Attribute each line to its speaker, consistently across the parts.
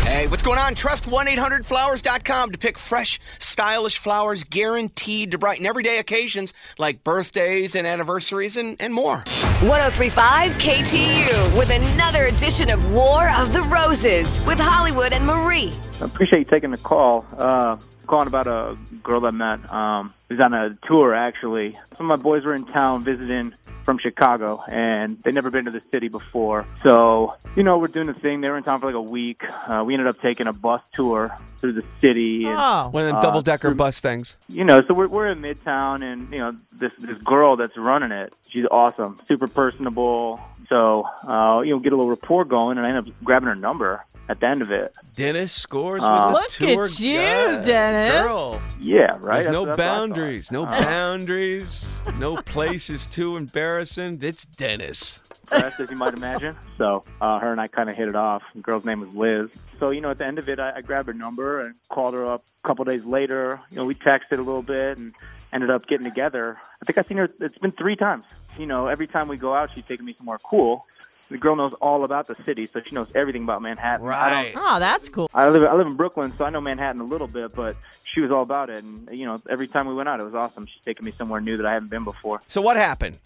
Speaker 1: Okay, what's going on? Trust 1-800-Flowers.com to pick fresh, stylish flowers guaranteed to brighten everyday occasions like birthdays and anniversaries and, and more.
Speaker 2: 1035 KTU with another edition of War of the Roses with Hollywood and Marie.
Speaker 3: I appreciate you taking the call. Uh, calling about a girl I met. Um, who's on a tour actually. Some of my boys were in town visiting from Chicago, and they'd never been to the city before. So you know, we're doing the thing. They were in town for like a week. Uh, we ended up taking a bus tour through the city. And,
Speaker 4: One
Speaker 3: Uh,
Speaker 4: of them double decker bus things.
Speaker 3: you know, so we're, we're in Midtown, and you know, this this girl that's running it, she's awesome, super personable. So uh, you know, get a little rapport going, and I end up grabbing her number at the end of it.
Speaker 4: Dennis scores
Speaker 3: Uh,
Speaker 4: with
Speaker 5: Look
Speaker 4: the tour
Speaker 5: at you,
Speaker 4: guide.
Speaker 5: Dennis.
Speaker 4: Girl,
Speaker 3: Yeah, right.
Speaker 4: there's
Speaker 3: That's- that's what
Speaker 4: no
Speaker 3: I thought. Uh-huh.
Speaker 4: boundaries, no boundaries, no place is too embarrassing. It's Dennis.
Speaker 3: impressed, as you might imagine. So uh, her and I kind of hit it off. The girl's name was Liz. So you know, at the end of it, I, I grabbed her number and called her up. A couple days later, you know, we texted a little bit and ended up getting together. I think I've seen her. It's been three times. You know, every time we go out, she's taking me somewhere cool. The girl knows all about the city, so she knows everything about Manhattan. I don't-
Speaker 5: Oh, that's cool.
Speaker 3: I live I live in Brooklyn, so I know Manhattan a little bit, but she was all about it. And you know, every time we went out, it was awesome. She's taking me somewhere new that I haven't been before.
Speaker 4: So what happened?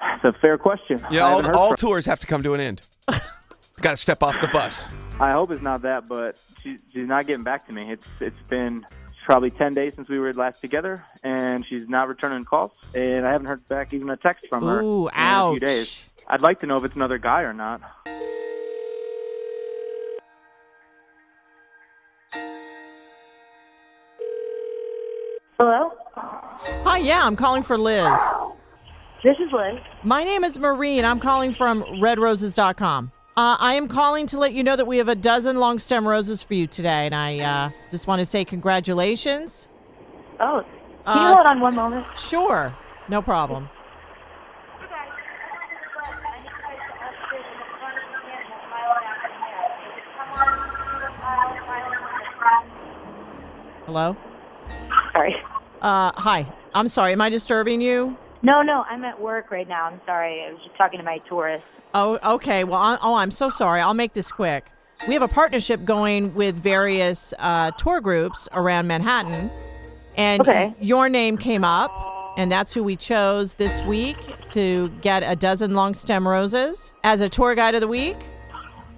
Speaker 3: It's a fair question.
Speaker 4: Yeah,
Speaker 3: I haven't
Speaker 4: all,
Speaker 3: heard
Speaker 4: all
Speaker 3: from-
Speaker 4: tours have to come to an end. Got to step off the bus.
Speaker 3: I hope it's not that, but she, she's not getting back to me. It's it's been probably ten days since we were last together, and she's not returning calls, and I haven't heard back even a text from her
Speaker 5: Ooh,
Speaker 3: in a few
Speaker 5: ouch.
Speaker 3: days. I'd like to know if it's another guy or not.
Speaker 6: Hello,
Speaker 5: Hi, yeah, I'm calling for Liz.
Speaker 6: this is Lynn.
Speaker 5: My name is Marie, and I'm calling from redroses.com. Uh, I am calling to let you know that we have a dozen long stem roses for you today, and I uh, just want to say congratulations.
Speaker 6: Oh, can
Speaker 5: Uh,
Speaker 6: you hold on one moment?
Speaker 5: Sure, no problem. Hello?
Speaker 6: Sorry.
Speaker 5: Uh, hi, I'm sorry, am I disturbing you?
Speaker 6: No, no, I'm at work right now. I'm sorry. I was just talking to my tourist.
Speaker 5: Oh, okay. Well, I, oh, I'm so sorry. I'll make this quick. We have a partnership going with various uh, tour groups around Manhattan, and
Speaker 6: Okay.
Speaker 5: your name came up, and that's who we chose this week to get a dozen long stem roses as a tour guide of the week.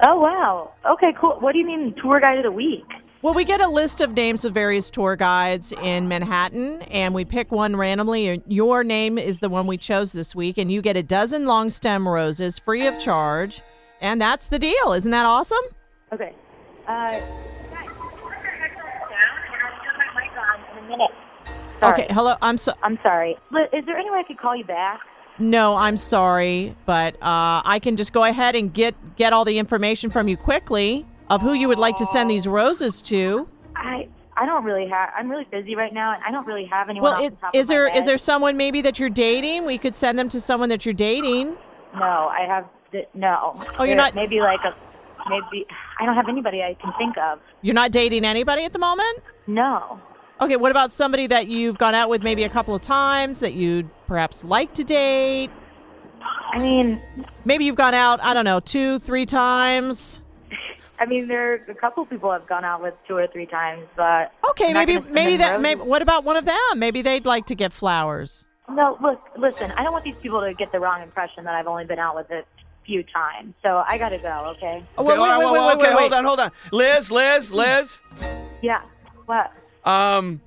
Speaker 6: Oh wow. Okay, cool. What do you mean tour guide of the week?
Speaker 5: Well, we get a list of names of various tour guides in Manhattan, and we pick one randomly. and Your name is the one we chose this week, and you get a dozen long stem roses free of charge. And that's the deal. Isn't that awesome?
Speaker 6: Okay. Uh,
Speaker 5: Okay, hello. I'm so
Speaker 6: I'm sorry. But is there any way I could call you back?
Speaker 5: no, I'm sorry, but uh, I can just go ahead and get get all the information from you quickly of who you would like to send these roses to.
Speaker 6: I I don't really have. I'm really busy right now, and I don't really have anyone.
Speaker 5: Well,
Speaker 6: off
Speaker 5: it,
Speaker 6: the top
Speaker 5: is
Speaker 6: of
Speaker 5: there
Speaker 6: my head.
Speaker 5: is there someone maybe that you're dating? We could send them to someone that you're dating.
Speaker 6: No, I have th- no.
Speaker 5: Oh, you're
Speaker 6: There-
Speaker 5: not-
Speaker 6: Maybe like a maybe. I don't have anybody I can think of.
Speaker 5: You're not dating anybody at the moment.
Speaker 6: No.
Speaker 5: Okay, what about somebody that you've gone out with maybe a couple of times that you'd perhaps like to date?
Speaker 6: I mean,
Speaker 5: Maybe you've gone out, I don't know, two, three times.
Speaker 6: I mean, there are a couple people I've gone out with two or three times, but
Speaker 5: Okay,
Speaker 6: I'm not
Speaker 5: maybe
Speaker 6: gonna send
Speaker 5: maybe
Speaker 6: them
Speaker 5: that.
Speaker 6: roses.
Speaker 5: Maybe, what about one of them? Maybe they'd like to get flowers.
Speaker 6: No, look, listen. I don't want these people to get the wrong impression that I've only been out with a few times. So I gotta go. Okay.
Speaker 5: Oh, wait,
Speaker 4: okay,
Speaker 5: wait,
Speaker 4: wait, wait,
Speaker 5: wait, wait,
Speaker 4: wait,
Speaker 5: wait,
Speaker 4: okay,
Speaker 5: wait.
Speaker 4: hold on, hold on. Liz, Liz, Liz.
Speaker 6: Yeah. What?
Speaker 4: Um,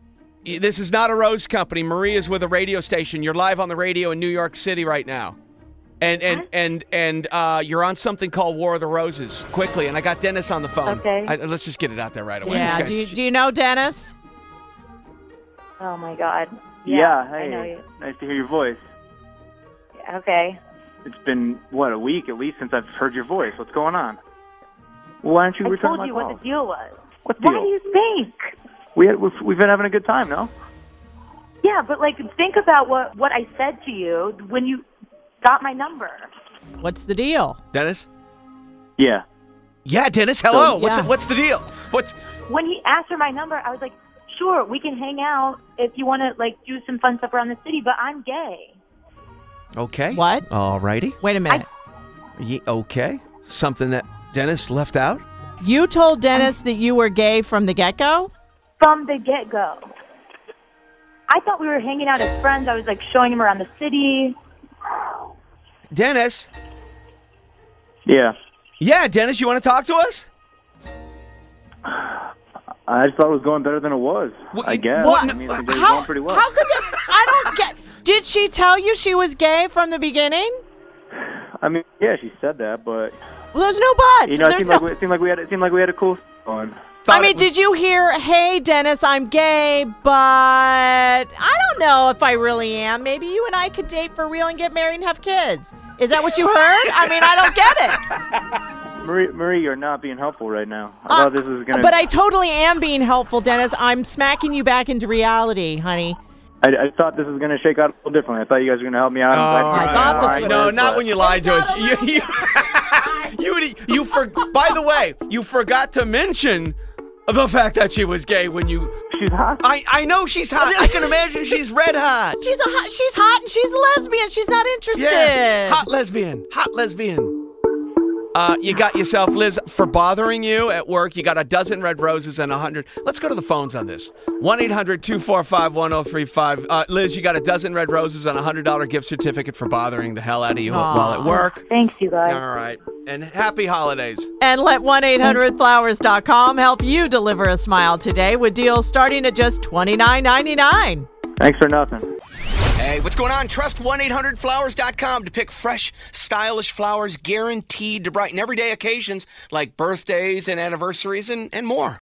Speaker 4: y- this is not a rose company. Marie is with a radio station. You're live on the radio in New York City right now, and and and and uh, you're on something called War of the Roses. Quickly, and I got Dennis on the phone.
Speaker 6: Okay.
Speaker 4: I, let's just get it out there right away. This
Speaker 5: Yeah.
Speaker 4: guy's-
Speaker 5: Do you, do you know Dennis?
Speaker 6: Oh my God.
Speaker 3: hey,
Speaker 6: I know you.
Speaker 3: nice to hear your voice.
Speaker 6: Okay.
Speaker 3: It's been what a week at least since I've heard your voice. What's going on? Why aren't you
Speaker 6: I
Speaker 3: returning
Speaker 6: told you
Speaker 3: my
Speaker 6: what
Speaker 3: calls?
Speaker 6: the deal was.
Speaker 3: What
Speaker 6: Why
Speaker 3: deal?
Speaker 6: do you think?
Speaker 3: We had, we've, we've been having a good time, no?
Speaker 6: Yeah, but like, think about what what I said to you when you got my number.
Speaker 5: What's the deal?
Speaker 4: Dennis.
Speaker 3: Yeah.
Speaker 4: Yeah, Dennis. Hello.
Speaker 5: So-
Speaker 4: what's
Speaker 5: Oh, Yeah.
Speaker 4: what's the deal? What's
Speaker 6: When he asked for my number, I was like, "Sure, we can hang out if you want to like do some fun stuff around the city." But I'm gay.
Speaker 4: okay?
Speaker 5: What?
Speaker 4: Alrighty.
Speaker 5: Wait a minute.
Speaker 4: Ye- okay. Something that Dennis left out.
Speaker 5: You told Dennis that you were gay from the get go?
Speaker 6: from the get go. I thought we were hanging out as friends. I was like showing him around the city.
Speaker 4: Dennis?
Speaker 3: Yeah.
Speaker 4: Yeah, Dennis, you want to talk to us?
Speaker 3: I just thought it was going better than it was.
Speaker 4: What-
Speaker 3: I guess.
Speaker 4: what-
Speaker 3: I mean, it was
Speaker 5: how,
Speaker 3: going pretty well.
Speaker 5: how come that- I don't get. Did she tell you she was gay from the beginning?
Speaker 3: I mean, yeah, she said that, but
Speaker 5: Well, there's no buts.
Speaker 3: you know, it
Speaker 5: there's
Speaker 3: seemed,
Speaker 5: no,
Speaker 3: like we, it seemed like we had it seemed like we had a cool one.
Speaker 5: I
Speaker 4: Thought
Speaker 5: mean,
Speaker 4: it was-
Speaker 5: did you hear, hey, Dennis, I'm gay, but I don't know if I really am. Maybe you and I could date for real and get married and have kids. Is that what you heard? I mean, I don't get it.
Speaker 3: Marie, Marie, you're not being helpful right now. I
Speaker 5: Uh,
Speaker 3: thought this was gonna.
Speaker 5: But I totally am being helpful, Dennis. I'm smacking you back into reality, honey.
Speaker 3: I, I thought this was gonna shake out a little differently. I thought you guys were gonna help me out.
Speaker 4: All right,
Speaker 5: Oh, thought this
Speaker 4: all right.
Speaker 5: was-
Speaker 4: No, not when you lied to us. You, you, you, you for, by the way, you forgot to mention the fact that she was gay when you.
Speaker 3: She's hot.
Speaker 4: I, I know she's hot. I can imagine she's red hot.
Speaker 5: She's a hot, she's hot and she's a lesbian. She's not interested.
Speaker 4: Yeah, hot lesbian, hot lesbian. Uh, you got yourself, Liz, for bothering you at work. You got a dozen red roses and a hundred. Let's go to the phones on this. 1 800 245 1035. uh, Liz, you got a dozen red roses and a hundred dollar gift certificate for bothering the hell out of you while at work.
Speaker 6: Thanks, you guys.
Speaker 4: All right. And happy holidays.
Speaker 5: And let 1-800-Flowers.com help you deliver a smile today with deals starting at just $29.99.
Speaker 3: Thanks for nothing.
Speaker 1: Hey, what's going on? Trust 1-800-Flowers.com to pick fresh, stylish flowers guaranteed to brighten everyday occasions like birthdays and anniversaries and, and more.